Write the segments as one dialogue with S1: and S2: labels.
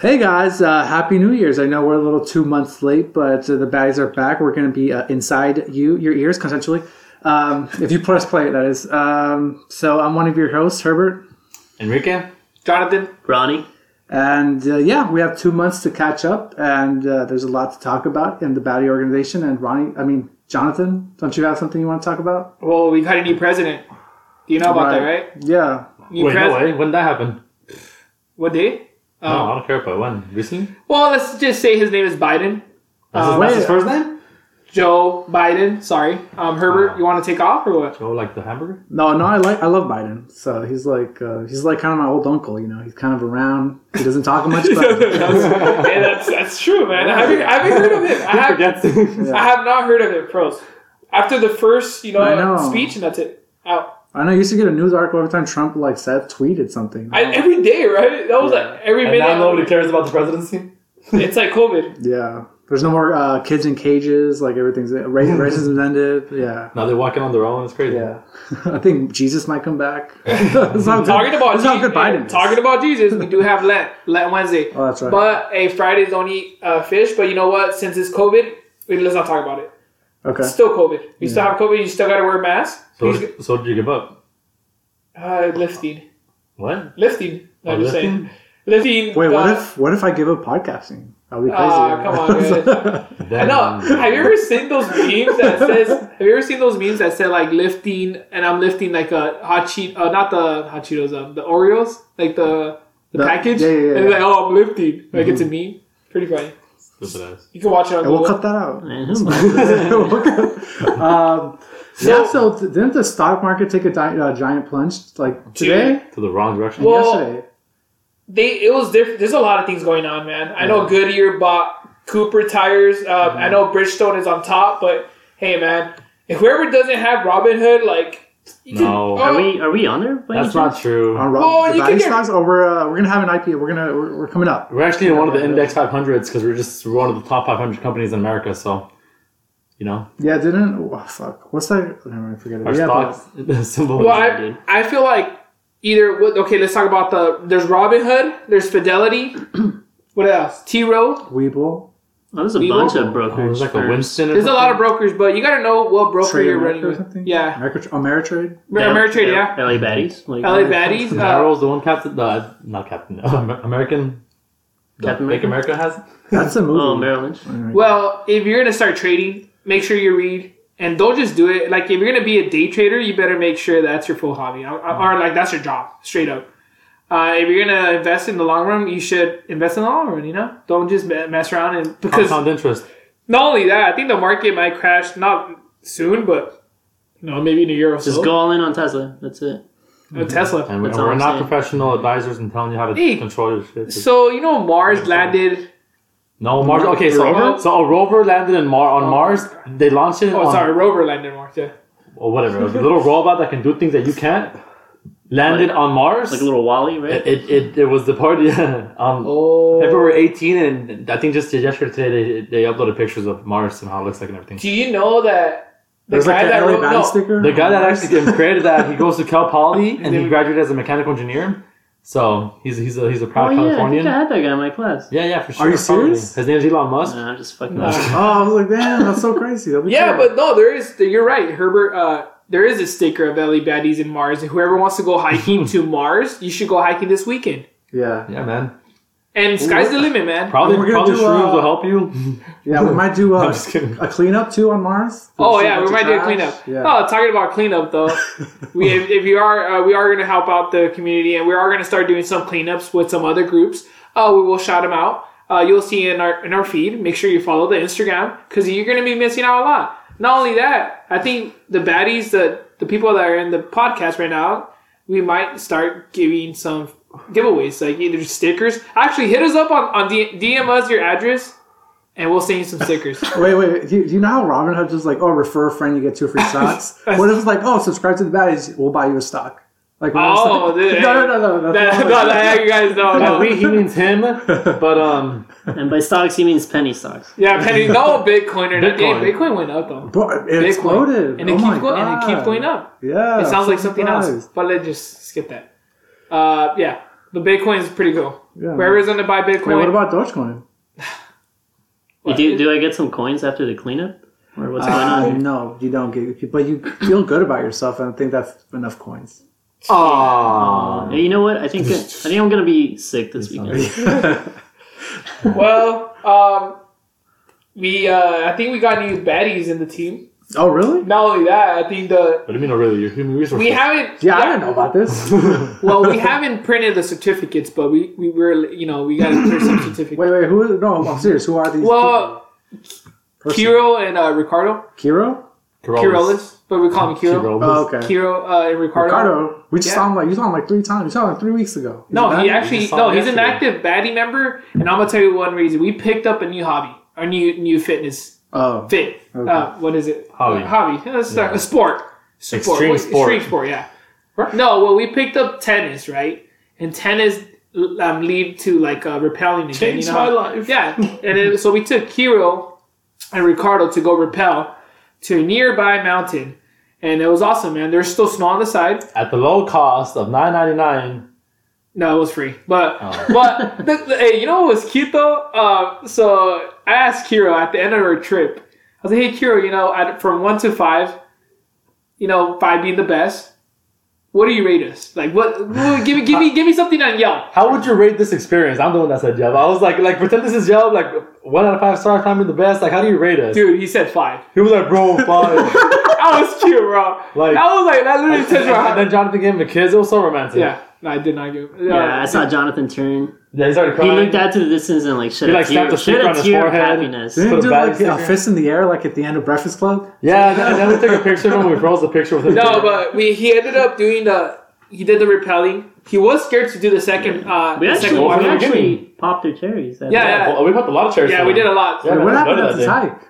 S1: Hey guys, uh, happy New Year's! I know we're a little two months late, but uh, the baddies are back. We're going to be uh, inside you, your ears, consensually, um, if you press play. That is. Um, so I'm one of your hosts, Herbert,
S2: Enrique?
S3: Jonathan,
S4: Ronnie,
S1: and uh, yeah, we have two months to catch up, and uh, there's a lot to talk about in the baddie organization. And Ronnie, I mean Jonathan, don't you have something you want to talk about?
S3: well, we've had a new president. You know about that, right?
S1: Yeah.
S3: New
S2: Wait,
S3: pres-
S2: no way. When that happened?
S3: What day? Um,
S2: No, I don't care about when. Recently?
S3: Well, let's just say his name is Biden.
S2: That's, his,
S1: Uh,
S2: that's his
S1: wait.
S2: first name?
S3: Joe Biden. Sorry, um, Herbert.
S2: Uh-huh.
S3: You want to take off or what?
S2: Joe, Oh, like the hamburger?
S1: No, no, I like I love Biden. So he's like uh, he's like kind of my old uncle. You know, he's kind of around. He doesn't talk much, but
S3: yeah, that's that's true, man. I haven't, I haven't heard of him. I have, I have not heard of him, pros. After the first, you
S1: I
S3: know,
S1: know.
S3: speech, and that's it. Out.
S1: I know you used to get a news article every time Trump like said tweeted something.
S3: I, every day, right? That was like every
S2: And
S3: minute.
S2: now nobody cares about the presidency?
S3: It's like COVID.
S1: yeah, there's no more uh, kids in cages. Like everything's uh, ra- racism's ended. Yeah,
S2: Now they're walking on their own. It's crazy.
S1: yeah. I think Jesus might come back. That's how good-
S3: Talking about
S1: that's how good
S3: Jesus-
S1: Biden. is.
S3: Talking about Jesus, we do have Lent, Lent Wednesday.
S1: Oh, that's right.
S3: But hey, Fridays don't eat uh, fish. But you know what? Since it's COVID, we, let's not talk about it.
S1: okay.
S3: It's still COVID. You still have COVID. You still got to wear a mask.
S2: So,
S3: Please,
S2: so did you give up?
S3: uh, lifting,
S2: What?
S3: lifting. No,
S2: Oh,
S3: I'm just saying, lifting.
S1: Wait, what
S3: uh,
S1: if what if I give up podcasting? That'll be crazy.
S3: Aw, Ah, come on, I
S2: Then,
S3: know. Have you ever seen those memes that says? Have you ever seen those memes that say like lifting and I'm lifting like a hot cheat, uh, not the hot Cheetos, um, the Oreos, like the the,
S1: The-
S3: package.
S1: yeah, yeah, yeah. Mm-hmm.
S3: And they're like, oh, I'm lifting. Like it's a meme. Pretty funny.
S2: Stupid ass.
S3: You can watch it on
S1: And we'll
S3: Google.
S1: cut that out. We'll cut- um, yeah. So th- didn't the stock market take a di- uh, giant plunge like today?
S2: To the wrong direction.
S3: Well-
S1: Yesterday.
S3: they it was different. There's a lot of things going on, man. I know Goodyear bought Cooper tires. Um, I know Bridgestone is on top, but hey, man, if whoever doesn't have Robin Hood, like, you can-
S2: No.
S3: oh,
S2: Are
S4: are we are we on there? by any
S2: That's not
S4: chance?
S2: true.
S1: On
S3: Oh,
S1: Rob, the
S3: you
S1: value
S3: can get-
S1: stocks. Oh, we're uh, we're gonna have an IPO. We're gonna we're, we're coming up.
S2: We're actually in one of the index 500s because we're just we're one of the top 500 companies in America. So, you know,
S1: Yeah, didn't oh, fuck. What's that? Never mind, forget it.
S2: our
S1: yeah,
S2: stocks symbol.
S3: well,
S2: is-
S3: I, I feel like either what? Okay, let's talk about the. There's Robin Hood. There's Fidelity. what else? T Row.
S1: but Weeble.
S4: Oh, there's a
S3: We
S4: bunch
S3: will-
S4: of
S2: oh, it
S4: brokers.
S2: was like a
S4: firms.
S2: Winston. or
S3: There's a lot of
S2: something.
S3: brokers, but you gotta know what broker
S1: Trade
S3: you're
S1: America
S3: running
S1: or
S3: with.
S1: something.
S3: Yeah,
S1: America, Ameritrade.
S4: Yeah,
S3: Ameritrade. Yeah,
S4: LA baddies. Like
S3: LA Baddies. Uh,
S2: Narrow's the one captain. Uh, not captain. Amer- American. the
S4: Captain
S2: Fake America has.
S1: That's a movie.
S4: Oh, Merrill Lynch.
S3: well, if you're gonna start trading, make sure you read and don't just do it. Like if you're gonna be a day trader, you better make sure that's your full hobby, or, or like that's your job, straight up. Uh, if you're gonna invest in the long run, you should invest in the long run. You know, don't just me- mess around and because
S2: Compound interest.
S3: not only that, I think the market might crash not soon, but you know maybe in a year or so.
S4: Just go all in on Tesla. That's it.
S3: Uh, Tesla.
S2: And we-
S4: That's
S2: and
S4: all
S2: we're
S4: I'm
S2: not
S4: saying.
S2: professional advisors and telling you how to
S3: Hey.
S2: control your shit.
S3: So you know Mars landed. oh,
S2: no, Mars. Okay, so
S3: Rover?
S2: so a rover landed in Mar
S4: Oh.
S2: on Mars. They launched it.
S3: Oh,
S2: on,
S3: sorry, rover landed Mars. Yeah.
S2: Or whatever. A little robot that can do things that you can't. Landed
S4: Like-
S2: on Mars.
S4: Like a little Wally, right?
S2: it, it, it was the party on
S3: Oh.
S2: February 18, and I think just yesterday, today, they, they uploaded pictures of Mars and how it looks like and everything.
S3: Do you know that the
S1: There's
S3: guy
S1: like
S3: that
S1: that LA
S3: wrote
S1: band
S3: no,
S1: sticker. Oh,
S2: The guy that actually created that, he goes to Cal Poly and he graduated as a mechanical engineer. So he's he's a he's a
S4: Oh
S2: proud
S4: yeah, I
S2: Californian.
S4: think I had that guy in my class.
S2: Yeah, yeah, for sure.
S1: you
S2: probably.
S1: serious?
S2: His name's Elon Musk.
S4: Nah, I'm just fucking.
S3: Nah.
S1: Oh, I was like, damn, that's so crazy. That'll be
S3: Yeah,
S1: cool.
S3: but no, there is. You're right, Herbert. Uh, there is a sticker of LA baddies in Mars, and whoever wants to go hiking to Mars, you should go hiking this weekend.
S1: yeah,
S2: Yeah, man.
S3: And sky's the limit, man.
S2: Probably
S1: We're gonna
S2: probably
S1: do,
S2: shrooms
S1: uh,
S2: will help you.
S1: yeah, we might do
S2: I'm
S1: uh,
S2: just kidding.
S1: a cleanup too on Mars.
S3: Oh
S1: Just
S3: yeah,
S1: a
S3: we
S1: bunch
S3: might
S1: of
S3: do a
S1: trash.
S3: cleanup.
S1: Yeah,
S3: Oh, talking about cleanup though, we if, if you are uh, we are going to help out the community, and we are going to start doing some cleanups with some other groups. Uh, we will shout them out. Uh, you'll see in our in our feed. Make sure you follow the Instagram because you're going to be missing out a lot. Not only that, I think the baddies, the the people that are in the podcast right now, we might start giving some giveaways like either stickers. Actually, hit us up on on D- DM us your address, and we'll send you some stickers.
S1: Wait, wait, wait. Do you, do you know how Robin Hood was like, oh, refer a friend, you get two free stocks? what if it's like, oh, subscribe to the baddies, we'll buy you a stock? Like, we're just
S3: Oh,
S1: like-
S3: the-
S1: no, no, no, no.
S3: that,
S1: That's
S3: no, that, you guys don't
S2: Uh,
S3: know.
S2: we, he means him, but um,
S4: And by stocks, he means penny stocks.
S3: Yeah, penny. No Bitcoin or nothing.
S2: Bitcoin.
S3: Hey, Bitcoin went up though.
S1: Bro, it
S3: Bitcoin.
S1: exploded.
S3: and it
S1: oh my
S3: keeps going. And it
S1: God.
S3: keeps going up.
S1: Yeah.
S3: It sounds
S1: I'm
S3: like
S1: so
S3: something
S1: surprised.
S3: else, but let's just skip that. Uh, yeah. The Bitcoin is pretty cool.
S1: Yeah.
S3: Whoever's going to buy Bitcoin,
S1: Wait, what about Dogecoin?
S4: Do, do I get some coins after the cleanup? Or what's going
S1: Uh,
S4: on?
S2: Um,
S4: here?
S1: no, you don't get, but you feel good about yourself, and I think that's enough coins.
S2: Aww.
S4: Hey, you know what? I think I think I'm gonna be sick this weekend.
S3: well, um, we uh, I think we got new baddies in the team.
S1: oh, really?
S3: Not only that, I think the
S2: What do you mean, oh, really? Your human resources.
S3: we haven't.
S1: Yeah, I didn't know about this.
S3: Well, we haven't printed the certificates, but we we were you know we got to print some certificates.
S1: wait, wait, who? No, I'm serious. Who are these?
S3: Well, Kiro and uh, Ricardo,
S1: Kiro?
S3: Kirolis, but we call him Kiro.
S2: Kirolis.
S1: Oh, okay.
S3: Kiro uh, and Ricardo.
S1: Ricardo, we just
S3: Yeah.
S1: saw him like you saw him like three times. You saw him like three weeks ago. Is
S3: No,
S1: it
S3: he
S1: that?
S2: You
S3: actually
S2: just saw
S3: no.
S2: him
S3: He's an
S2: yesterday.
S3: active baddie member, and I'm gonna tell you one reason. We picked up a new hobby, our new new fitness
S1: Oh,
S3: fit.
S1: Okay.
S3: Uh, what is it?
S2: Hobby.
S3: Uh, hobby. Yeah, That's not- a sport. Sport.
S2: Extreme
S3: What-
S2: sport.
S3: Extreme sport. Yeah. No, well, we picked up tennis, right? And tennis um, lead to like uh, repelling. again,
S2: Changed
S3: you know?
S2: my life.
S3: Yeah, and then, so we took Kiro and Ricardo to go repel to a nearby mountain, and it was awesome, man. There's still snow on the side.
S2: At the low cost of nine ninety nine.
S3: No, it was free. But
S2: Oh.
S3: but the, the- hey, you know what was cute though? Uh, so I asked Kiro at the end of our trip. I was like, "Hey, Kiro, you know, at, from one to five, you know, five being the best, what do you rate us? Like, what? what- give me, give me, give me something on Yelp."
S2: How would you rate this experience? I'm the one that said Yelp. I was like, like pretend this is Yelp, like one out of five stars, climbing the best. Like, how do you rate us?
S3: Dude, he said five.
S2: He was like, bro, five.
S3: That was cute, bro.
S2: Like-
S3: that was like that literally tells you
S2: and
S3: how.
S2: then Jonathan gave him the kids. It was so romantic.
S3: Yeah, no, I did not give. Uh,
S4: Yeah, I saw Jonathan turn.
S2: yeah he's already
S4: He
S2: crying.
S4: looked out to the distance and like shed
S2: He,
S4: a
S2: like,
S4: tear,
S2: slapped a
S4: shed
S2: finger
S4: a
S2: on his
S4: tear of
S2: forehead.
S4: happiness.
S1: didn't
S2: Put
S1: he
S2: a
S1: do
S2: bag
S1: like a
S2: sticker.
S1: fist in the air like at the end of Breakfast Club?
S2: Yeah, and then, and then we took a picture of him. We froze the picture with him.
S3: No, but we he ended up doing the he did the repelling. He was scared to do the second. Uh,
S4: We
S3: the second
S4: actually,
S2: one
S4: we
S2: from the
S4: actually
S2: beginning.
S4: popped their cherries. that
S3: Yeah,
S4: day.
S2: yeah, well, we popped a lot of cherries.
S3: Yeah,
S2: for
S3: we
S2: him.
S3: did a lot.
S2: Yeah,
S1: Wait, what
S2: I
S1: happened
S2: did
S1: at
S2: that
S1: this
S2: day. Ah.
S1: hike?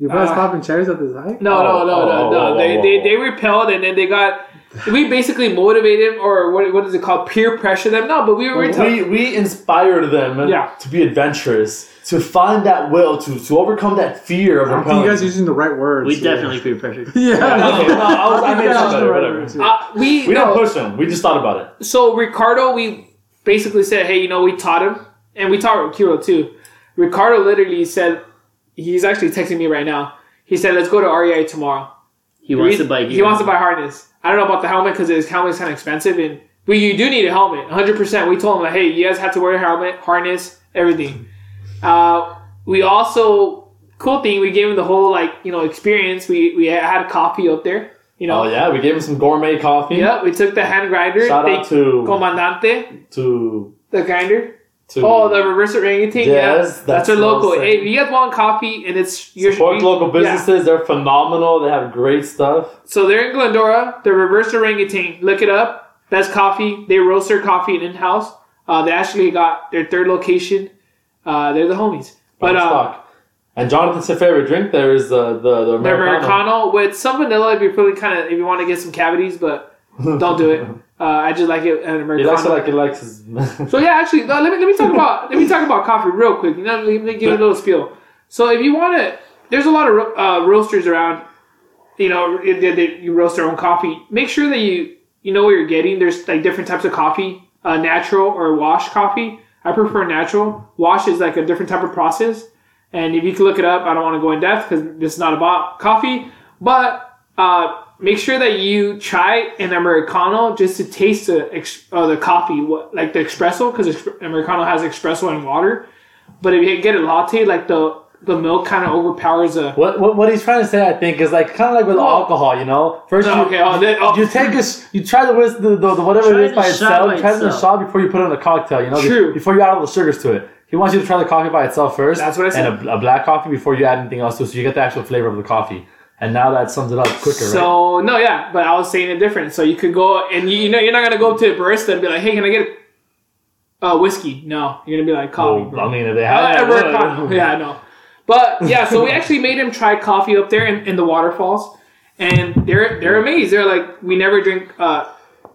S1: You guys
S3: Uh,
S1: popping cherries at this hike?
S3: No,
S2: Oh,
S3: no, no,
S2: oh,
S3: no,
S2: oh,
S3: no.
S2: oh,
S3: they,
S2: oh,
S3: they
S2: oh.
S3: they repelled and then they got. We basically motivated them, or what, what is it called? Peer pressure them. No, but we were
S2: We, we inspired them
S3: Yeah.
S2: to be adventurous, to find that will, to, to overcome that fear of
S1: I don't think
S2: repelling.
S1: you guys are using the right words.
S4: we
S1: here.
S4: definitely peer pressured.
S1: Yeah,
S2: no, no, Oh, I was- I
S1: You
S2: made
S1: guys are
S2: it
S1: using
S2: better,
S1: the right
S2: whatever.
S1: words here.
S3: uh, we,
S2: we
S3: no,
S2: didn't push them. We just thought about it.
S3: so Ricardo, we basically said, hey, you know, we taught him, and we taught Kiro too. Ricardo literally said, he's actually texting me right now. He said, let's go to REI tomorrow.
S4: He wants
S3: Reason-
S4: to buy.
S3: He wants to buy harness. I don't know about the helmet because his helmet's kind of expensive, and but you do need a helmet, 100. percent We told him like, hey, you guys have to wear a helmet, harness, everything. Uh, we also cool thing we gave him the whole like you know experience. We we had coffee up there, you know.
S2: Oh yeah, we gave him some gourmet coffee.
S3: Yep, we took the hand grinder.
S2: Shout
S3: they,
S2: out to
S3: Comandante,
S2: to
S3: the grinder.
S2: to
S3: Oh, the reverse orangutan. yeah,
S2: Yes,
S3: that's,
S2: that's
S3: our
S2: what I'm
S3: local. Hey,
S2: saying.
S3: if you guys want coffee and it's your
S2: support
S3: you-
S2: local
S3: yeah.
S2: businesses. They're phenomenal. They have great stuff.
S3: So they're in Glendora. The reverse orangutan. Look it up. Best coffee. They roast their coffee in house. Uh, they actually got their third location. Uh, they're the homies. But
S2: Buy
S3: uh,
S2: stock. and Jonathan's favorite drink there is the the the
S3: their
S2: Americano.
S3: Americano with some vanilla if you're feeling kind of if you want to get some cavities, but don't do it. Uh, I just like it an
S2: He
S3: Americano.
S2: likes it like he likes his.
S3: So yeah, actually, no, let me let me talk about let me talk about coffee real quick. You know, let me give you a little spiel. So if you want to, there's a lot of ro- uh, roasters around. You know, if they, they, you roast their own coffee. Make sure that you you know what you're getting. There's like different types of coffee, uh, natural or wash coffee. I prefer natural. Wash is like a different type of process. And if you can look it up, I don't want to go in depth because this is not about coffee. But uh, make sure that you try an americano just to taste the ex- uh, the coffee, what, like the espresso, because americano has espresso and water. But if you get a latte, like the the milk kind of overpowers the.
S2: What, what, what he's trying to say, I think, is like kind of like with alcohol, you know. First,
S3: No,
S2: you,
S3: okay, oh, that- oh.
S2: you take a, sh- you try the, whis- the, the, the whatever
S4: Try
S2: it is
S4: the
S2: by
S4: shot
S2: itself,
S4: by
S2: try the
S4: itself.
S2: shot before you put it in the cocktail, you know, be-
S3: True.
S2: before you add all the sugars to it. He wants you to try the coffee by itself first.
S3: That's what I said.
S2: And a, a black coffee before you add anything else to it, so you get the actual flavor of the coffee. And now that sums it up quicker, right?
S3: So no, yeah, but I was saying it different. So you could go and you, you know you're not gonna go up to a barista and be like, hey, can I get a uh, whiskey? No, you're gonna be like coffee.
S2: Well,
S3: bro.
S2: I mean, if they
S3: Uh,
S2: have
S3: at work coffee. Yeah, I know. But yeah, so we actually made him try coffee up there in, in the waterfalls, and they're they're amazed. They're like, we never drink uh,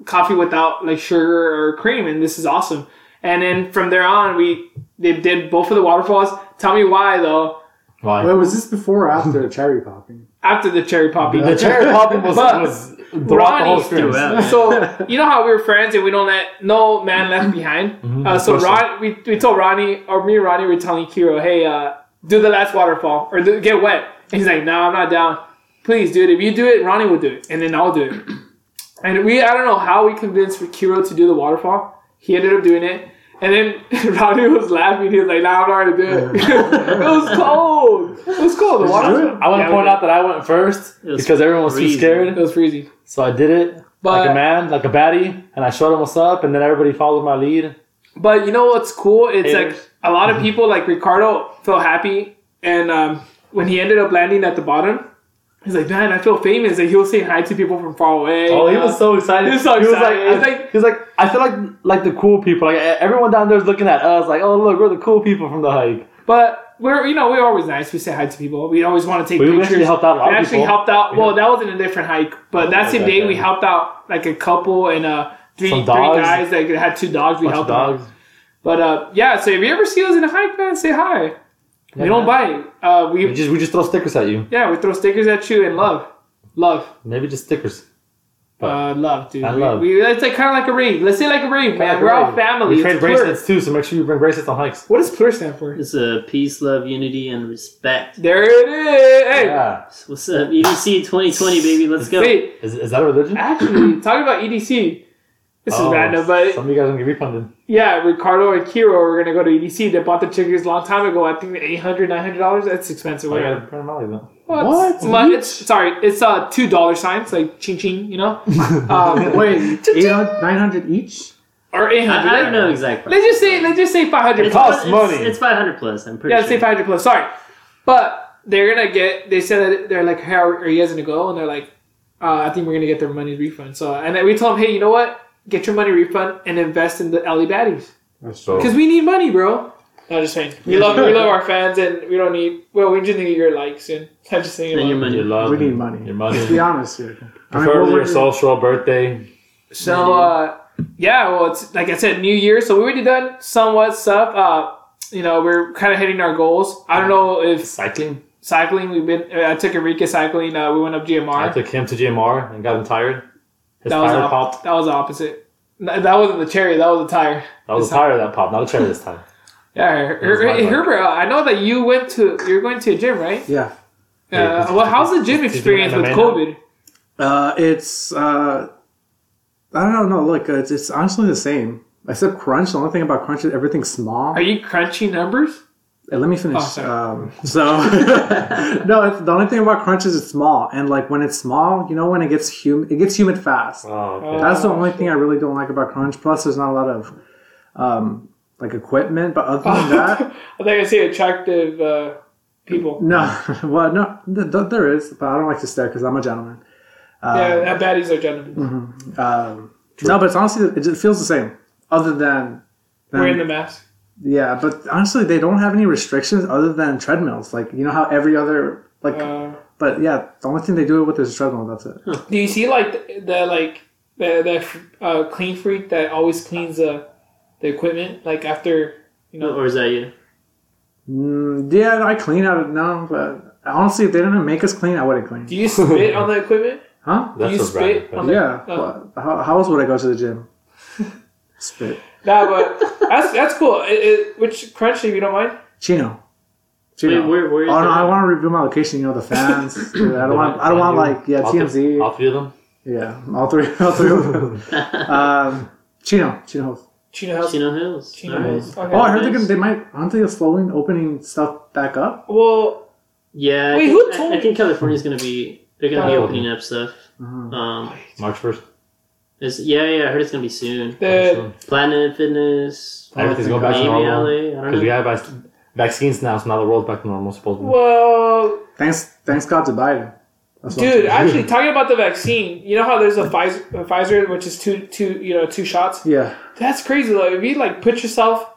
S3: coffee without like sugar or cream, and this is awesome. And then from there on, we they did both of the waterfalls. Tell me why though.
S2: Why?
S1: Wait, was this before or after the cherry popping?
S3: After the cherry popping.
S2: the cherry popping was,
S3: But
S2: was throughout the whole
S3: Ronnie's
S2: stream.
S4: throughout.
S3: So you know how we were friends and we don't let no man left behind. Uh, so
S2: Mm-hmm. Of course
S3: Ron, we, we told Ronnie or me and Ronnie were telling Kiro, hey, uh, do the last waterfall or do, get wet. And he's like, no, I'm not down. Please do it. If you do it, Ronnie will do it, and then I'll do it. And we I don't know how we convinced Kiro to do the waterfall. He ended up doing it. And then Ronnie was laughing. He was like, "Nah, I'm not gonna do it. it was cold. It was cold. The water.
S2: I want to
S3: Yeah, we
S2: point
S3: did.
S2: out that I went first
S4: was
S2: because everyone was
S4: freezing.
S2: too scared.
S3: It was freezing.
S2: So I did it like a
S3: But-
S2: man, like a baddie, and I showed them what's up, and then everybody followed my lead.
S3: But you know what's cool? It's
S2: Haters.
S3: like a lot of people, like Ricardo, felt happy, and um, when he ended up landing at the bottom, he's like, "Man, I feel famous." And he'll say hi to people from far away.
S2: Oh, he was so excited.
S3: He was so excited.
S2: like,
S3: I think-
S2: he was like, I feel like like the cool people. Like e-, everyone down there is looking at us, like, oh look, we're the cool people from the hike.
S3: But we're you know we're always nice. We say hi to people. We always want to take
S2: We
S3: pictures.
S2: actually helped out a lot
S3: we
S2: of
S3: actually
S2: people. Oh,
S3: helped out. Well, that was in a different hike, but that same
S2: okay,
S3: day we
S2: okay.
S3: helped out like a couple and uh three
S2: Some
S3: three
S2: dogs.
S3: guys that had two dogs. We
S2: Bunch of
S3: helped them. out.
S2: dogs.
S3: But uh, yeah, so if you ever see us in a hike, man, say hi. we don't bite. Uh, we
S2: We just we just throw stickers at you.
S3: yeah, we throw stickers at you and love, love.
S2: Maybe just stickers.
S3: Uh, love, dude.
S2: I
S3: We-
S2: love.
S3: We, it's like kind of like a rave. Let's say like a rave, man.
S2: Like,
S3: We're
S2: right.
S3: all family.
S2: We
S3: It's
S2: trade
S3: plur.
S2: bracelets too, so make sure you bring bracelets on hikes.
S3: What does plur stand for?
S4: It's a peace, love, unity, and respect.
S3: There it is. Hey,
S2: Yeah.
S4: What's up, EDC 2020, baby? Let's go.
S3: wait.
S2: Is, is that a religion?
S3: Actually, talking about EDC. This
S2: Oh,
S3: is random, but
S2: some of you guys are gonna get refunded.
S3: yeah, Ricardo and Kiro are gonna go to EDC. They bought the tickets a long time ago. I think $800, $900. That's expensive.
S2: I got
S3: Whatever.
S2: a print Molly though.
S3: Well,
S1: What?
S3: It's, mu- it's- sorry, it's uh two dollar signs, like ching ching, you know, um,
S1: Wait, 800, 900 each?
S3: or eight
S4: I, I
S3: hundred.
S4: don't know exact price.
S3: Let's just say let's just say five hundred.
S4: It's-
S2: costs
S4: it's,
S2: money.
S4: It's 500 plus. I'm pretty
S3: Yeah,
S4: sure.
S3: say 500 plus. Sorry. But they're going to get, they said that they're like, hey, are, are you guys going to go? And they're like, uh, I think we're going to get their money refund. So, and then we told them, hey, you know what? Get your money refund and invest in the LA Baddies.
S2: So
S3: Because we need money, bro. No, just saying. We love, we love our fans and we don't need, well, we just need your likes and I'm just saying.
S4: And your
S3: like-
S4: money.
S2: your love,
S1: We need money.
S2: Um, Your money.
S1: Let's be honest here. I mean,
S2: Preferably
S1: what
S2: your
S1: would you-
S2: social birthday.
S3: So, uh, yeah, well, it's like I said, New Year. So we already done somewhat stuff. Uh, you know, we're kind of hitting our goals. I don't know if
S2: Cycling.
S3: cycling. We've been. uh, I took Enrique cycling. Uh, we went up
S2: I
S3: GMR.
S2: took him to GMR and got him tired. His
S3: That was
S2: tire
S3: op-
S2: popped.
S3: that was the opposite. No, That wasn't the cherry. That was the tire.
S2: That was a tire that popped, not a chair this time.
S3: Yeah, Her-
S2: was my
S3: Her-
S2: bike.
S3: Herbert. uh, I know that you went to. You're going to a gym, right?
S1: Yeah.
S3: Uh, well, how's the gym
S2: you
S3: experience with
S2: MMA now?
S3: COVID?
S1: Uh, it's, uh, I don't know. Look, it's, it's honestly the same. Except crunch. The only thing about crunch is everything's small.
S3: Are you crunchy numbers?
S1: Uh, Let me finish.
S3: Oh, sorry.
S1: um, so, no, it's, the only thing about crunch is it's small, and like when it's small, you know, when it gets humid, it gets humid fast.
S2: Oh, okay.
S3: Uh,
S1: That's the only thing I really don't like about crunch. Plus, there's not a lot of um, like equipment, but other than
S3: I
S1: that,
S3: think I see attractive uh, people.
S1: no. Well, no, th- th- there is, but I don't like to stare because I'm a gentleman.
S3: yeah, uh, baddies are gentlemen.
S1: Um, no, but it's honestly, it just feels the same. Other than, than-
S3: Wearing the mask.
S1: yeah, but honestly, they don't have any restrictions other than treadmills. Like you know how every other like,
S3: Uh,
S1: but yeah, the only thing they do with is a treadmill. That's it.
S3: do you see like the, the like the, the uh, clean freak that always cleans uh, the equipment like after you know
S4: Or is that you?
S1: Mm, yeah, I clean out. No, but honestly, if they didn't make us clean, I wouldn't clean.
S3: Do you spit on the equipment?
S1: Huh?
S2: That's
S3: you
S2: a
S3: spit
S2: brand.
S3: on the-
S1: Yeah.
S3: Oh.
S1: but how, how else would I go to the gym? Spit.
S3: Nah, but that's that's cool. It, it, which crunch, if you don't mind?
S1: Chino.
S4: Wait,
S1: Chino.
S4: where, where is
S1: oh
S4: that?
S1: no! I want to review my location. You know the fans. I don't want. I don't want like yeah
S2: All
S1: TMZ.
S2: Three, all three of them.
S1: yeah, all three. All three. Of them.
S3: Uh,
S1: um, Chino. Chino. Hills.
S3: Chino House.
S4: Chino Hills.
S3: Chino
S4: All right.
S3: Hills. Okay.
S1: Oh, I heard they're
S4: nice.
S1: gonna, they might. Aren't they slowly opening stuff back up?
S3: Well,
S4: Yeah. I
S3: Wait,
S4: think-
S3: who
S4: I-
S3: told
S4: I,
S3: you?
S4: think California's gonna be. They're gonna be
S3: Oh.
S4: opening up stuff.
S1: Uh-huh.
S4: Um,
S2: March 1st.
S4: it's, yeah, yeah. I heard it's gonna be soon.
S3: the
S4: Planet Fitness.
S2: Everything's going back to
S4: Maybe
S2: normal.
S4: LA. I
S2: Because
S4: don't
S2: we have
S4: know.
S2: vac- vaccines now, so now the world's back to normal, supposedly.
S3: well,
S1: Thanks. Thanks God to Biden. That's what I'm
S3: dude.
S1: saying.
S3: Actually, talking about the vaccine, you know how there's a Pfizer, a Pfizer which is two, two, you know, two shots.
S1: Yeah.
S3: That's crazy. Like, if you like put yourself,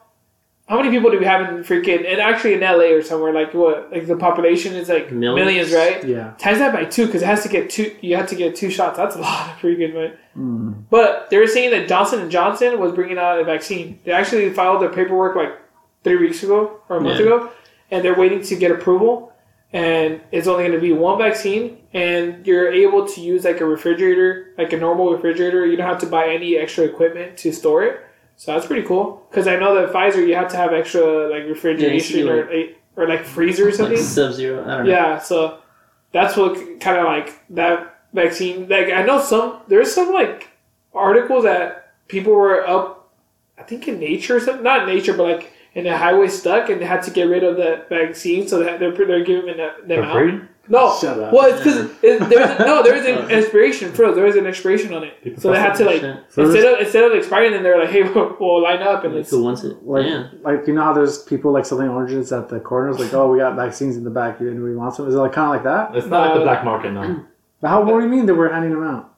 S3: how many people do we have in freaking and actually in LA or somewhere like what? Like the population is like millions,
S4: Millions.
S3: right?
S1: Yeah.
S3: times that by two because it has to get two. You have to get two shots. That's a lot of freaking money. But they were saying that Johnson and Johnson was bringing out a vaccine. They actually filed their paperwork like three weeks ago or a month
S4: Yeah.
S3: ago, and they're waiting to get approval. and it's only going to be one vaccine and you're able to use like a refrigerator like a normal refrigerator you don't have to buy any extra equipment to store it so that's pretty cool because i know that pfizer you have to have extra like refrigeration
S4: Yeah, you
S3: or, like, or like freezer or
S4: Like
S3: something
S4: Sub Zero. I don't know.
S3: yeah so that's what kind of like that vaccine like i know some there's some like articles that people were up i think in nature or something not in nature but like in the highway stuck and they had to get rid of that vaccine so that they're, they're giving them
S2: For
S3: out
S2: free?
S3: no.
S1: Shut up.
S3: Well, it's because there's no there's an expiration for it. There was an expiration on it, so they had to like
S4: Shit.
S2: So
S3: instead of instead of expiring, then they're like, hey, we'll, we'll line up and
S4: Like,
S3: it's
S4: who wants it?
S1: Like,
S4: yeah.
S1: like you know how there's people like selling oranges at the corners, like, oh, we got vaccines in the back. You anybody wants them? Is it like kind of like that?
S2: It's not like
S3: No.
S2: the black market now.
S1: But how? What do you mean they were handing them out?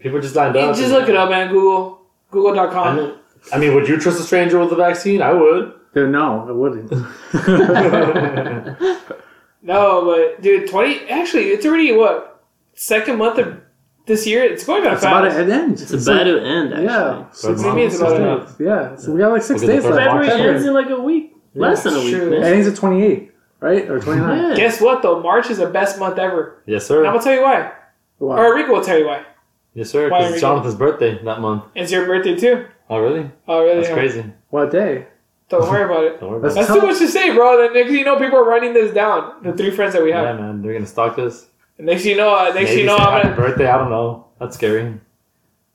S2: People just lined
S3: You
S2: up.
S3: just
S2: and-
S3: look it up, man. Google
S2: I
S3: Google.com.
S2: mean- I mean, would you trust a stranger with a vaccine? I would.
S1: They- No, it wouldn't.
S3: No, but dude, twenty actually, it's already what second month of this year. It's going that
S1: it's about
S3: fast.
S1: an end.
S4: It's about to end, actually.
S1: yeah,
S3: What do you mean it's about an end?
S1: yeah. So we got like six
S2: Look at the
S1: days
S2: first
S1: left.
S2: one.
S4: February
S2: February.
S4: ends in like a week. Less than a week,
S3: Sure.
S1: It
S4: man.
S1: ends at 28, right? Or 29.
S4: Yeah.
S3: Guess what though? March is the best month ever.
S2: Yes,
S3: And I'm
S2: sir.
S3: gonna tell you why.
S1: Wow.
S3: Or Rico will tell you why.
S2: Yes, sir.
S3: Why
S2: Because
S3: are we-
S2: it's Jonathan's birthday that month.
S3: It's your birthday too.
S2: Oh, really?
S3: Oh really?
S2: That's crazy.
S1: What day?
S3: Don't worry about it.
S2: Don't worry about it.
S3: That's too much to say, bro. Then next thing you know, people are writing this down. The three friends that we have.
S2: Yeah, man. They're going to stalk us.
S3: And next thing you know, uh, next thing
S2: Maybe
S3: you know,
S2: say
S3: I'm
S2: happy
S3: gonna,
S2: birthday. I don't know. That's scary.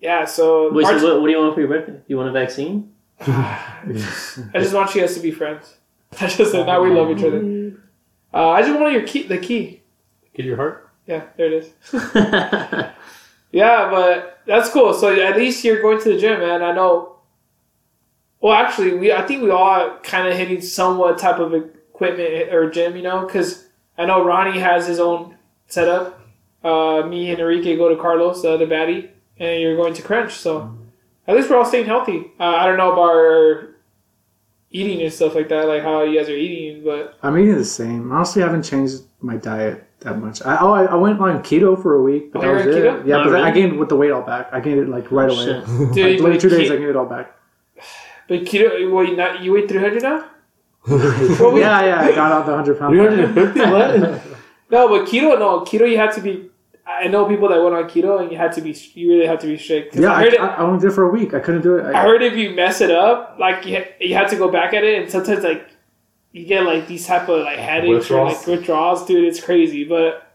S3: yeah. So,
S4: Wait,
S3: March-
S4: so what, what do you want for your birthday? You want a vaccine?
S3: I just want you guys to be friends. I just said now we love each other. Uh, I just wanted your key, the key.
S2: Get your heart.
S3: Yeah, there it is. Yeah, but that's cool. So at least you're going to the gym, man. I know. Well, actually, we I think we all are kind of hitting somewhat type of equipment or gym, you know, because I know Ronnie has his own setup. Uh, me and Enrique go to Carlos, the other baddie, and you're going to Crunch. So at least we're all staying healthy. Uh, I don't know about our eating and stuff like that, like how you guys are eating, but
S1: I'm eating the same. Honestly, I haven't changed my diet that much. I, oh, I, I went on keto for a week, but
S3: Oh,
S1: that was
S3: you're
S1: it.
S3: on keto? Oh,
S1: Yeah,
S4: Oh,
S1: but I
S4: really?
S1: gained with the weight all back. I gained it like right away.
S4: Shit.
S3: dude,
S1: Like, two
S3: but
S1: days,
S3: ke-
S1: I gained it all back.
S3: but keto, well, you not you weigh 300 now.
S1: yeah, yeah, I got out the hundred pounds.
S2: 350? What?
S3: No, but keto, no keto. You had to be. I know people that went on keto, and you had to be. You really had to be strict. 'Cause
S1: Yeah,
S3: I
S1: I,
S3: heard it.
S1: I, I only did it for a week. I couldn't do it.
S3: I
S1: I,
S3: heard if you mess it up, like you, ha- you had to go back at it, and sometimes like you get like these type of like headaches or like
S2: Withdrawals.
S3: withdrawals, dude. It's crazy, but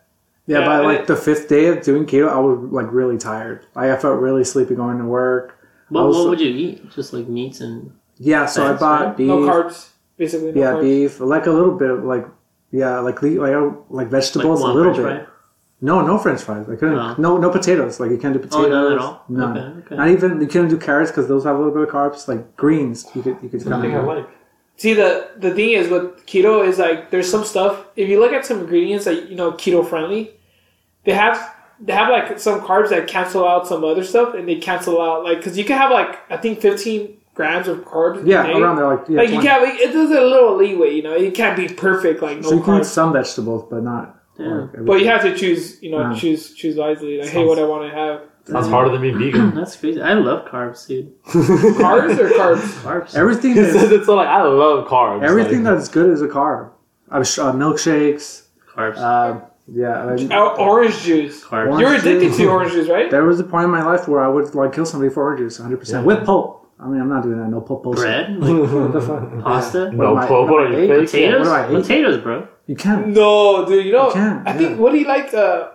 S1: yeah,
S3: yeah,
S1: by
S3: I-
S1: like the fifth day of doing keto, I was like really tired. Like, I felt really sleepy going to work.
S4: What,
S1: Also-
S4: what would you eat? Just like meats and
S1: Yeah, so I
S4: Thanks,
S1: bought
S4: right?
S1: beef.
S3: no carbs, basically.
S1: Mm.
S3: No
S1: yeah,
S3: carbs.
S1: beef. Like a little bit of like. Yeah, like le- like oh, like
S4: like
S1: vegetables
S4: one
S1: a little
S4: french
S1: bit.
S4: fry?
S1: No, no French fries. I couldn't.
S4: Oh.
S1: No, no potatoes. Like you can't do
S4: Oh,
S1: potatoes.
S4: none at all.
S1: No.
S4: Okay, okay.
S1: Not even you couldn't do carrots because those have a little bit of carbs. Like greens, you could you could kind
S2: I think I
S1: of.
S2: like.
S3: See the the thing is with keto is like there's some stuff if you look at some ingredients that you know keto friendly, they have they have like some carbs that cancel out some other stuff and they cancel out like because you can have like I think 15 grams of carbs. a
S1: Yeah,
S3: day.
S1: around there, like yeah.
S3: Like you
S1: 20.
S3: can't like, it does a little leeway, you know. It can't be perfect like no
S1: so you can eat
S3: carbs,
S1: some vegetables, but not.
S4: Yeah.
S1: Like, everything.
S3: but you have to choose, you know,
S1: Yeah.
S3: choose choose wisely. Like hey, what I want to have
S2: Sounds harder than being vegan.
S4: That's crazy. I love carbs, dude.
S3: carbs or carbs.
S4: Carbs.
S1: everything
S2: He says
S1: that's,
S2: it's all like, I love carbs.
S1: everything
S2: like,
S1: that's good is a carb. I'm sh- uh, milkshakes.
S4: carbs.
S1: Uh, yeah, like,
S3: Uh, orange juice.
S4: carbs.
S1: orange
S3: You're addicted
S1: juice.
S3: to orange juice, right?
S1: There was a point in my life where I would like kill somebody for orange juice, 100 percent
S2: Yeah.
S1: with pulp. I mean, I'm not doing that. No pulp. bullshit.
S4: Bread, like
S1: What the fuck?
S4: pasta,
S1: What
S2: No,
S1: am I- what
S2: Pope, what
S1: am
S2: are
S1: I
S2: you,
S1: eating?
S2: fake?
S4: potatoes,
S1: What do I eat?
S4: potatoes, bro.
S1: You can't.
S3: No, dude, you know,
S1: You can't,
S3: I think
S1: yeah.
S3: what do you like? Uh,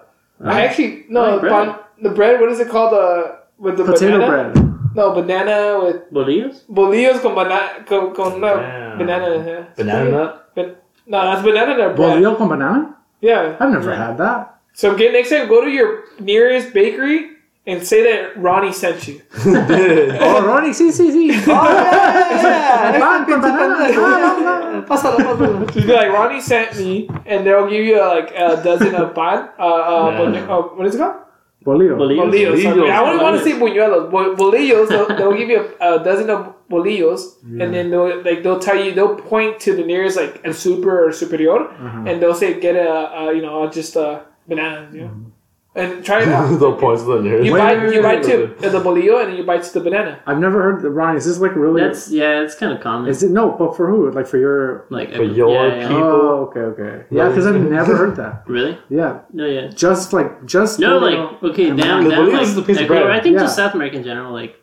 S3: I actually no
S4: like bread.
S3: bun- the bread. What is it called? Uh, with the
S1: Potato
S3: banana?
S1: bread.
S3: No banana with
S4: Bolillos.
S3: bolillos con banana con, con una
S2: Yeah.
S3: banana. Yeah.
S2: Banana nut?
S3: No, that's banana nut bread.
S1: Bolillo con banana.
S3: Yeah.
S1: I've never
S4: Yeah.
S1: had that.
S3: So get next time, go to your nearest bakery and say that Ronnie sent you.
S1: Oh, Ronnie, see, see, see. Oh, yeah. Pan con banana. Ah,
S3: Just be like Ronnie sent me, and they'll give you uh, like a dozen of pan. Uh, uh,
S2: Yeah.
S3: bone- uh, what is it called?
S1: Bolillo.
S4: Bolillos.
S3: Bolillos. I, mean,
S2: Bolillos.
S3: I only want to
S4: Bolillos.
S3: say buñuelos. Bo- bolillos. They'll, they'll give you a, a dozen of bolillos, and then they'll like they'll tell you they'll point to the nearest like
S1: Uh-huh.
S3: el super or superior, and they'll say get a, a you know just a banana. You know? And try it out.
S2: the points in there.
S1: Mm-hmm.
S3: You
S1: Wait,
S3: bite,
S1: wait,
S3: you
S1: wait,
S3: bite two, uh, the bolillo, and you bite the banana.
S1: I've never heard Ronnie. Is this like really?
S4: That's yeah, it's kind of common.
S1: is it no? But for who? Like for your?
S4: like
S2: For your
S4: yeah, yeah.
S2: people.
S1: Oh, okay, okay. Yeah, because I've never heard that.
S4: Really?
S1: Yeah,
S4: No, yeah.
S1: just like just
S4: No,
S1: little-
S4: like okay,
S1: I'm
S4: down,
S2: The
S4: down.
S2: bolillo
S4: Like,
S2: is the piece of
S4: Ecuador,
S2: bread.
S4: I think
S1: Yeah.
S4: just South America in general. Like,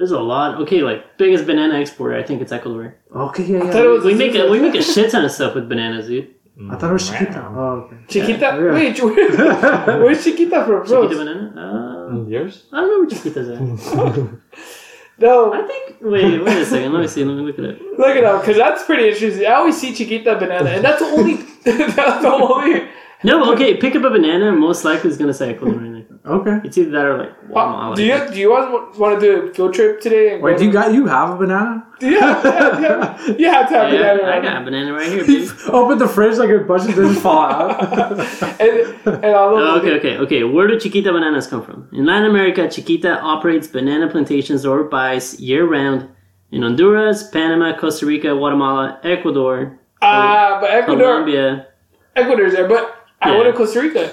S4: there's a lot. Okay, like biggest banana exporter. I think it's Ecuador.
S1: okay, yeah, yeah.
S3: I thought it was
S4: We make a, we make a shit ton of stuff with bananas, dude.
S1: I thought it was Chiquita. Oh,
S3: Chiquita?
S1: Yeah.
S3: Wait, where, where's Chiquita from?
S4: Chiquita
S3: Rose?
S4: banana. Uh,
S2: Mm. Yours?
S4: I don't know where Chiquita's at. I
S3: No,
S4: think. Wait, wait a second. Let me see. Let me look at it.
S3: look it up, because that's pretty interesting. I always see Chiquita banana, and that's the only. that's the only.
S4: No, okay. Pick up a banana. Most likely, it's gonna say Ecuador in it.
S1: okay.
S4: It's either that or like Guatemala.
S3: Uh, do you do you guys want to do a field trip today? And go
S1: Wait, do you
S3: to-
S1: got you have a banana?
S3: Yeah, yeah, yeah. You have to have
S4: Yeah,
S3: banana.
S4: I
S3: right?
S4: got a banana right here. Dude.
S1: Open the fridge like your budget doesn't fall out.
S3: and, and I love
S4: Oh, okay, okay, okay. Where do Chiquita bananas come from? In Latin America, Chiquita operates banana plantations or buys year round in Honduras, Panama, Costa Rica, Guatemala, Ecuador,
S3: Uh, but Ecuador,
S4: Colombia.
S3: Ecuador's there. But I
S4: Yeah.
S3: went to Costa Rica,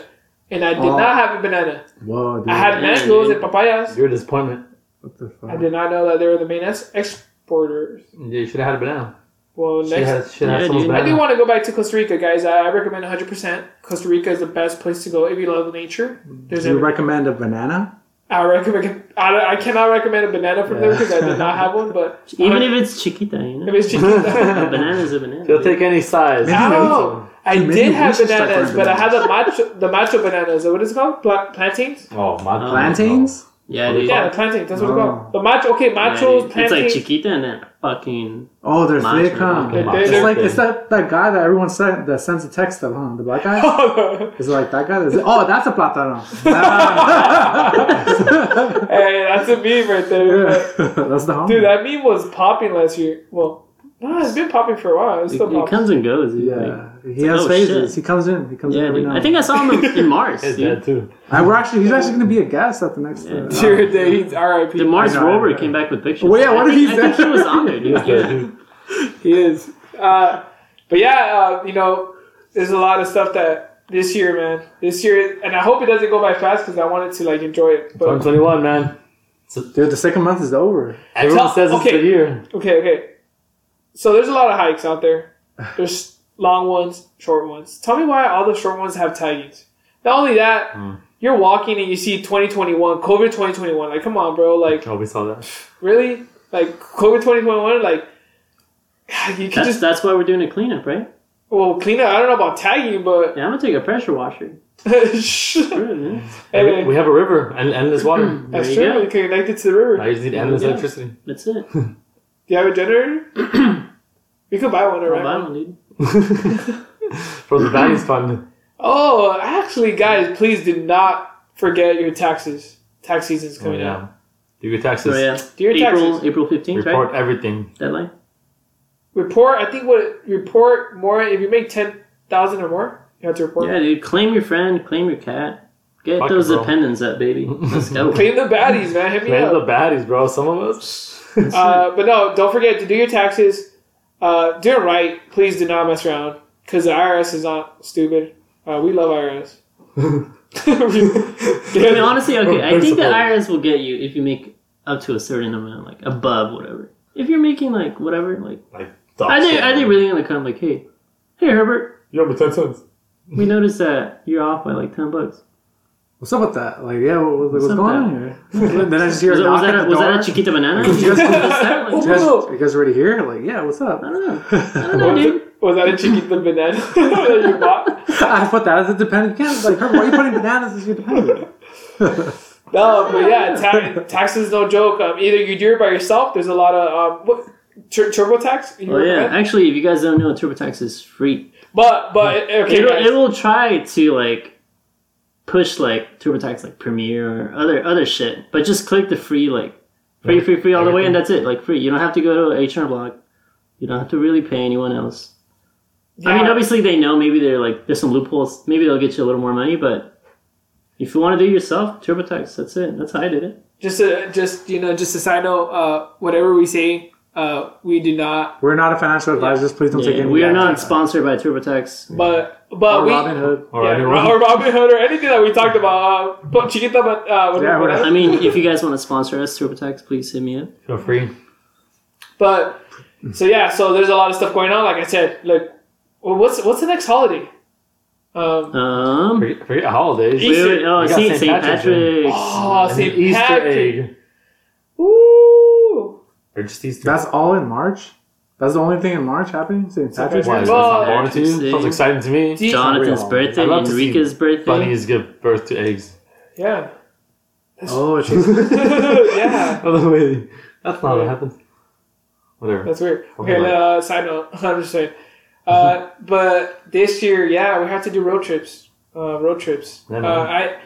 S3: and I did
S1: Oh.
S3: not have a banana.
S1: Whoa, dude.
S3: I had
S4: Yeah,
S3: mangoes
S4: dude.
S3: and papayas.
S2: Your disappointment.
S1: what the fuck?
S3: I did not know that they were the main ex- exporters.
S2: Yeah, you should have had a banana.
S3: Well,
S2: Should
S3: next.
S2: have, should have
S4: Yeah,
S2: someone's
S4: dude.
S3: I do
S2: banana.
S3: want to go back to Costa Rica, guys. I I recommend 100%. Costa Rica is the best place to go if you love nature. There's
S1: Do you
S3: everything.
S1: recommend a banana?
S3: I recommend. I, don't- I cannot recommend a banana from there because I did not have one. But
S4: Even if it's Chiquita, you know?
S3: if it's chiquita,
S4: A banana is a banana.
S2: They'll
S4: dude.
S2: take any size.
S1: Maybe
S3: Ow! I
S1: Dude, maybe
S3: did
S1: we
S3: have
S1: should start
S3: bananas,
S1: growing
S3: but I had the macho, the macho bananas. What is it called? Pla- plantains?
S2: Oh, my
S4: Um,
S1: Plantains?
S4: Yeah, dude.
S3: Yeah, the plantains. That's what it's
S1: Oh.
S3: called. The macho. Okay,
S4: Yeah,
S3: machos,
S4: dude.
S3: plantains.
S4: It's like Chiquita and then fucking.
S1: Oh, they're
S4: Monster,
S1: thick, huh?
S4: okay.
S3: They-
S1: It's
S3: they're
S1: like
S2: thick.
S1: it's that, that guy that everyone sent that sends a text of, huh? The black guy? Is it like that guy? Is it- oh, that's a platano.
S3: hey, that's a meme right there.
S1: that's the homie.
S3: Dude, that meme was popping last year. Well, no, it's been popping for a while. It's
S4: It,
S3: still
S4: it
S3: popping.
S4: comes and goes, dude. Like,
S1: yeah, he has
S4: oh,
S1: phases.
S4: shit.
S1: He comes in. He comes in
S4: yeah,
S1: every
S4: dude.
S1: now.
S4: I think I saw him in, in Mars,
S2: It's
S4: dude.
S2: dead too.
S1: and- I- we're actually. He's actually going to be a guest at the next. Uh,
S4: Yeah.
S3: Dude, they- he's RIP.
S4: The Mars
S1: I know, I
S4: rover
S1: know.
S4: came back with pictures.
S1: Well, yeah,
S4: I
S1: what if
S4: think-
S1: he's
S4: I think
S1: there?
S4: he was on there, dude.
S2: It's dead too.
S3: He is. Uh, but yeah, uh, you know, there's a lot of stuff that this year, man. This year, and I hope it doesn't go by fast because I wanted to like enjoy it. But
S2: 2021, man.
S1: dude, the second month is over.
S2: Everyone
S3: tell-
S2: says it's
S3: okay.
S2: the year.
S3: Okay, okay. So there's a lot of hikes out there. There's long ones, short ones. Tell me why all the short ones have taggings. Not only that, you're walking and you see 2021, COVID 2021. Like, come on, bro. Like,
S2: Oh, we saw that.
S3: really? Like, COVID 2021? Like, you can
S4: That's,
S3: just,
S4: that's why we're doing a cleanup, right?
S3: well, clean up. I don't know about tagging, but.
S4: Yeah, I'm gonna take a pressure washer.
S3: Hey,
S4: Sure, man.
S2: We-
S3: man,
S2: We have a river and endless water.
S3: that's
S4: there you
S3: true. You can connect it to the river.
S2: I just need
S4: Yeah.
S2: endless electricity.
S4: That's it.
S3: Do you have a generator? we could buy one,
S4: I'll buy
S3: right?
S4: one, dude.
S2: From the values fund.
S3: Oh, actually, guys, please do not forget your taxes. Tax season's
S2: Oh,
S3: coming out.
S2: yeah. Do your
S4: So
S2: taxes.
S4: Oh, yeah,
S3: Dear
S4: April
S3: taxes.
S4: April fifteenth, right?
S2: Report everything.
S4: Deadline.
S3: Report. I think what report more if you make ten thousand or more, you have to report.
S4: Yeah, dude. Claim your friend. Claim your cat. Get
S2: Fuck
S4: those
S2: it, bro.
S4: dependents up, baby. Let's go.
S3: Claim the baddies, man. Hit me
S2: Man, the
S3: up.
S2: baddies, bro. Some of us.
S3: Uh, but no, don't forget to do your taxes. Uh, do it right. Please do not mess around because the IRS is not stupid. Uh, we love IRS.
S4: I mean, honestly, okay. I think the
S2: Principal.
S4: IRS will get you if you make up to a certain amount, like above whatever. If you're making like whatever, like
S2: like,
S4: are they are they really gonna come like, hey, hey Herbert,
S2: You owe me 10 cents.
S4: we noticed that you're off by like ten bucks.
S1: What's up with that? Like, yeah, what, what's, what's
S4: up
S1: going on
S4: with
S1: here? then I just hear
S4: Was,
S1: a
S4: that-
S1: knock
S4: was
S1: at
S4: that a,
S1: the
S4: was
S1: door.
S4: that a Chiquita banana?
S1: Just-
S4: I
S1: You guys, you guys already here? Like, yeah, what's up?
S4: don't know. I don't know, dude.
S3: Was that a chiquita banana that you bought?
S1: I put that as a dependent candidate. Like, Herb, why are you putting bananas as your dependent?
S4: Ah.
S3: No, but yeah, ta- taxes no joke. Um, either you do it by yourself. There's a lot of um, what tur- TurboTax. You
S4: Oh yeah,
S3: recommend?
S4: actually, if you guys don't know, TurboTax is free.
S3: But but okay,
S4: It'll,
S3: guys.
S4: it will try to like push like TurboTax like Premiere or other other shit, but just click the free like free free free all the way, and that's it. Like free, you don't have to go to H and R Block. You don't have to really pay anyone else. I mean,
S3: Yeah.
S4: obviously they know maybe they're like there's some loopholes. Maybe they'll get you a little more money, but if you want to do it yourself, TurboTax, that's it. That's how I did it.
S3: just a, just you know just a side note uh, whatever we say Uh, we do not,
S1: We're not a financial advisors. Please don't take
S4: Yeah,
S1: any.
S4: we are
S1: action.
S4: not sponsored by TurboTax.
S3: but
S1: Or
S3: but Oh, we
S1: Robin Hood.
S2: Or
S3: yeah,
S2: anyone.
S3: or Robin Hood or anything that we talked about. Uh, but Chiquita, but uh, what-
S1: Yeah,
S3: what-
S1: whatever.
S4: I mean, if you guys want to sponsor us, TurboTax, please hit me up.
S2: Feel free.
S3: But so yeah, so there's a lot of stuff going on. Like I said, like well, what's what's the next holiday? Um,
S4: Um, wait,
S2: Forget, forget holidays.
S3: Easter-
S4: wait, oh,
S2: You got
S4: see,
S2: St.
S4: St.
S2: Patrick's
S4: Patrick's.
S3: oh,
S2: And an
S3: St.
S2: Easter
S3: Patrick.
S2: egg.
S3: Ooh.
S2: Or just Easter.
S1: That's all in March. That's the only thing in March happening. St. Patrick's
S2: Why
S1: Day.
S2: is
S3: Well,
S2: that important to you? Sounds exciting to me.
S3: Gee.
S4: Jonathan's
S1: Real.
S4: birthday,
S2: I'd love to see
S4: Enrique's birthday.
S2: Bunnies give birth to eggs.
S3: Yeah.
S1: Oh, jeez.
S3: yeah.
S2: Oh, wait. That's not what happens. Whatever.
S3: That's weird.
S2: Okay.
S3: Okay, uh, side note. I'm just saying. Uh, but this year, yeah, we have to do road trips. Uh, road trips.
S2: Yeah,
S3: Uh,
S2: man.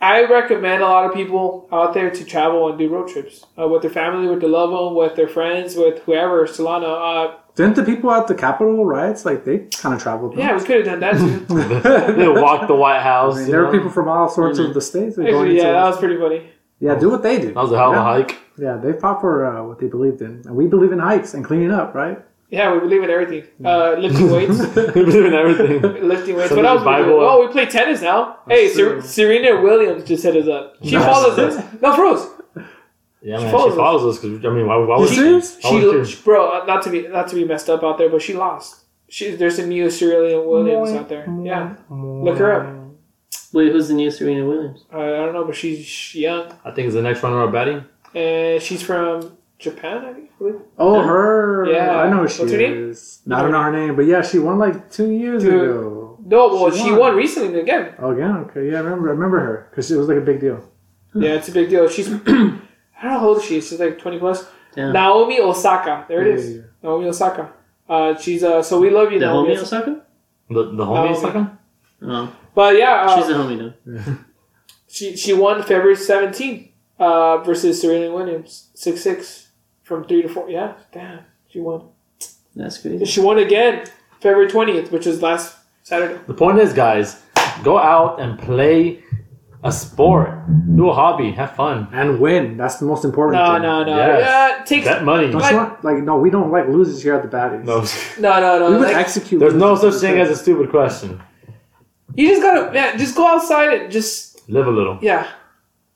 S3: I I recommend a lot of people out there to travel and do road trips uh, with their family, with their loved one, with their friends, with whoever. Solana. Uh,
S1: Didn't the people at the Capitol riots like they kind of traveled? huh?
S3: yeah, we could have done that too.
S2: they walk the White
S1: I
S2: House.
S1: mean,
S2: you
S1: there
S2: know?
S1: were people from all sorts
S4: Mhm.
S1: of the states. that going
S3: Actually, yeah,
S1: into-
S3: that was pretty funny.
S1: yeah, do what they do.
S2: That was a hell of a
S1: yeah.
S2: hike.
S1: Yeah, they fought for uh, what they believed in, and we believe in hikes and cleaning up, right?
S3: Yeah, we believe in everything. Uh, lifting weights,
S2: we believe in everything.
S3: lifting
S2: Mm.
S3: weights.
S2: So
S3: what
S2: there's a
S3: else? we do?
S2: Bible.
S3: Oh, we play tennis now. hey, Ser-
S1: true.
S3: Serena Williams just hit us up. She
S2: Nice.
S3: follows us. No, froze.
S2: Yeah, man. She
S3: follows
S2: follows,
S3: us.
S2: us because I mean, why, why would
S1: You
S2: she?
S1: serious?
S2: Why
S3: She,
S2: would she?
S3: bro, uh, not to be not to be messed up out there, but she lost. She, there's a new Serena Williams out there. Yeah, look her up.
S4: Wait, who's the new Serena Williams?
S3: Uh, I don't know, but she's young
S2: I think it's the next runner up batting.
S3: and she's from Japan, I think, believe.
S1: Oh, her.
S3: Yeah.
S1: I know who she
S3: What's her name?
S1: is. I don't know her name, but yeah, she won like two years
S3: Dude.
S1: ago.
S3: No, well,
S1: She
S3: she
S1: won.
S3: won recently again.
S1: Oh yeah, okay, yeah, I remember, I remember her because it was like a big deal.
S3: Yeah, it's a big deal. She's I don't know how old she is. She's like 20 plus.
S4: Damn.
S3: Naomi Osaka. There it is.
S1: Yeah.
S3: Naomi Osaka. Uh, she's uh, so we love you,
S4: Mm-hmm. The
S3: Naomi.
S4: homie Osaka?
S2: The the homie
S3: Oh,
S2: second.
S4: Oh,
S3: But yeah, uh,
S4: she's a homie now.
S3: she she won February 17 uh, versus Serena Williams six six from three to four. Yeah, damn, she won.
S4: That's crazy.
S3: She won again February 20th, which was last Saturday.
S2: The point is, guys, go out and play a sport, do a hobby, have fun,
S1: And win. That's the most important.
S3: No,
S1: thing.
S3: no, no.
S2: Yes.
S3: Yeah, it takes
S2: bet money.
S1: Don't you want like no? We don't like losers here at the baddies.
S2: No,
S3: no, no, no.
S1: we would
S3: like,
S1: execute.
S2: there's no
S1: losers.
S2: such thing as a stupid question.
S3: you just gotta yeah, just go outside and just
S2: Live a little,
S3: yeah,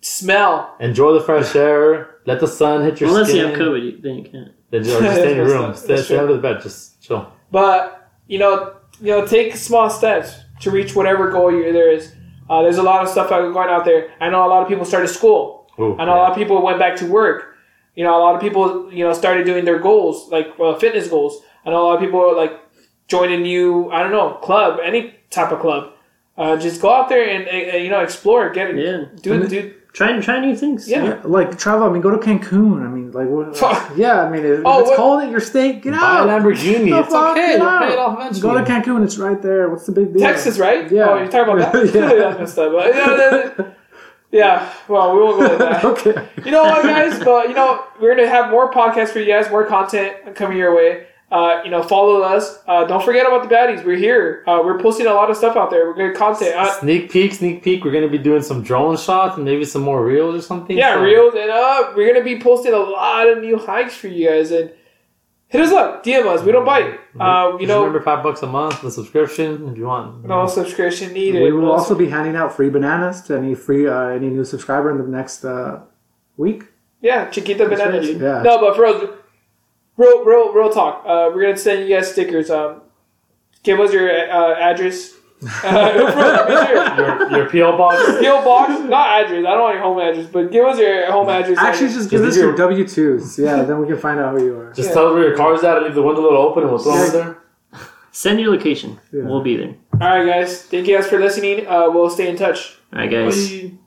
S3: smell.
S2: enjoy the fresh air, let the sun hit your
S4: Unless
S2: skin.
S4: you have COVID, you- then you can't.
S2: Then just, or just stay in your
S3: That's
S2: room,
S3: not-
S2: stay,
S3: that's
S2: stay
S3: true.
S2: under the bed, just chill.
S3: But you know, you know, take small steps to reach whatever goal you there is. Uh, there's a lot of stuff going out there. I know a lot of people started school.
S2: Ooh,
S3: I know a lot of people went back to work. You know, a lot of people, you know, started doing their goals, like uh, fitness goals. I know a lot of people, like, join a new, I don't know, club, any type of club. Uh, just go out there and, uh, uh, you know, explore, get it.
S4: Yeah.
S3: Do, do,
S4: Try try new things.
S3: yeah.
S1: Yeah, like travel. I mean, go to Cancun. I mean, like what?
S3: Fuck.
S1: yeah, I mean, if, if
S3: Oh,
S1: it's
S3: what-
S1: cold at your state, get
S2: Buy a
S1: out.
S2: Lamborghini.
S1: The
S2: It's
S1: fuck,
S2: okay.
S1: get
S2: You'll
S1: out.
S2: pay it off
S1: Go to
S2: eventually.
S1: Cancun. It's right there. What's the big deal?
S3: Texas, right?
S1: Yeah.
S3: Oh, you're talking about that?
S1: Yeah.
S3: That's messed up. But, you know, that- yeah. well, we won't go with that.
S1: okay.
S3: You know what, guys? But you know, we're gonna have more podcasts for you guys, more content coming your way. Uh, you know, follow us. Uh, don't forget about the baddies. We're here. Uh, we're posting a lot of stuff out there. We're good content. Uh,
S2: Sneak peek, sneak peek. We're gonna be doing some drone shots and maybe some more reels or something.
S3: yeah,
S2: so-
S3: reels and uh, we're gonna be posting a lot of new hikes for you guys. And hit us up, DM us. We don't bite. Uh,
S1: Mm-hmm.
S3: you
S2: Just
S3: know,
S2: remember five bucks a month, the subscription if you want.
S3: no subscription needed.
S1: We will also be handing out free bananas to any free uh, any new subscriber in the next uh, week.
S3: Yeah, Chiquita Bananas.
S1: right, yeah.
S3: No, but for real, real, real, real talk. Uh, we're gonna send you guys stickers. Um, give us your uh, address. Uh, for real, be serious.
S2: Your, your PO box.
S3: P.O. box, not address. I don't want your home address, but give us your home address.
S1: Actually, just give
S2: Just
S1: us
S2: do
S1: your
S2: your-
S1: W twos. Yeah, then we can find out who you are.
S2: Just tell us where your car's at and leave the window a little open and we'll throw it in there.
S4: Send your location.
S1: Yeah.
S4: We'll be there.
S3: all right, guys. Thank you guys for listening. Uh, we'll stay in touch.
S4: All right, guys.
S2: Bye.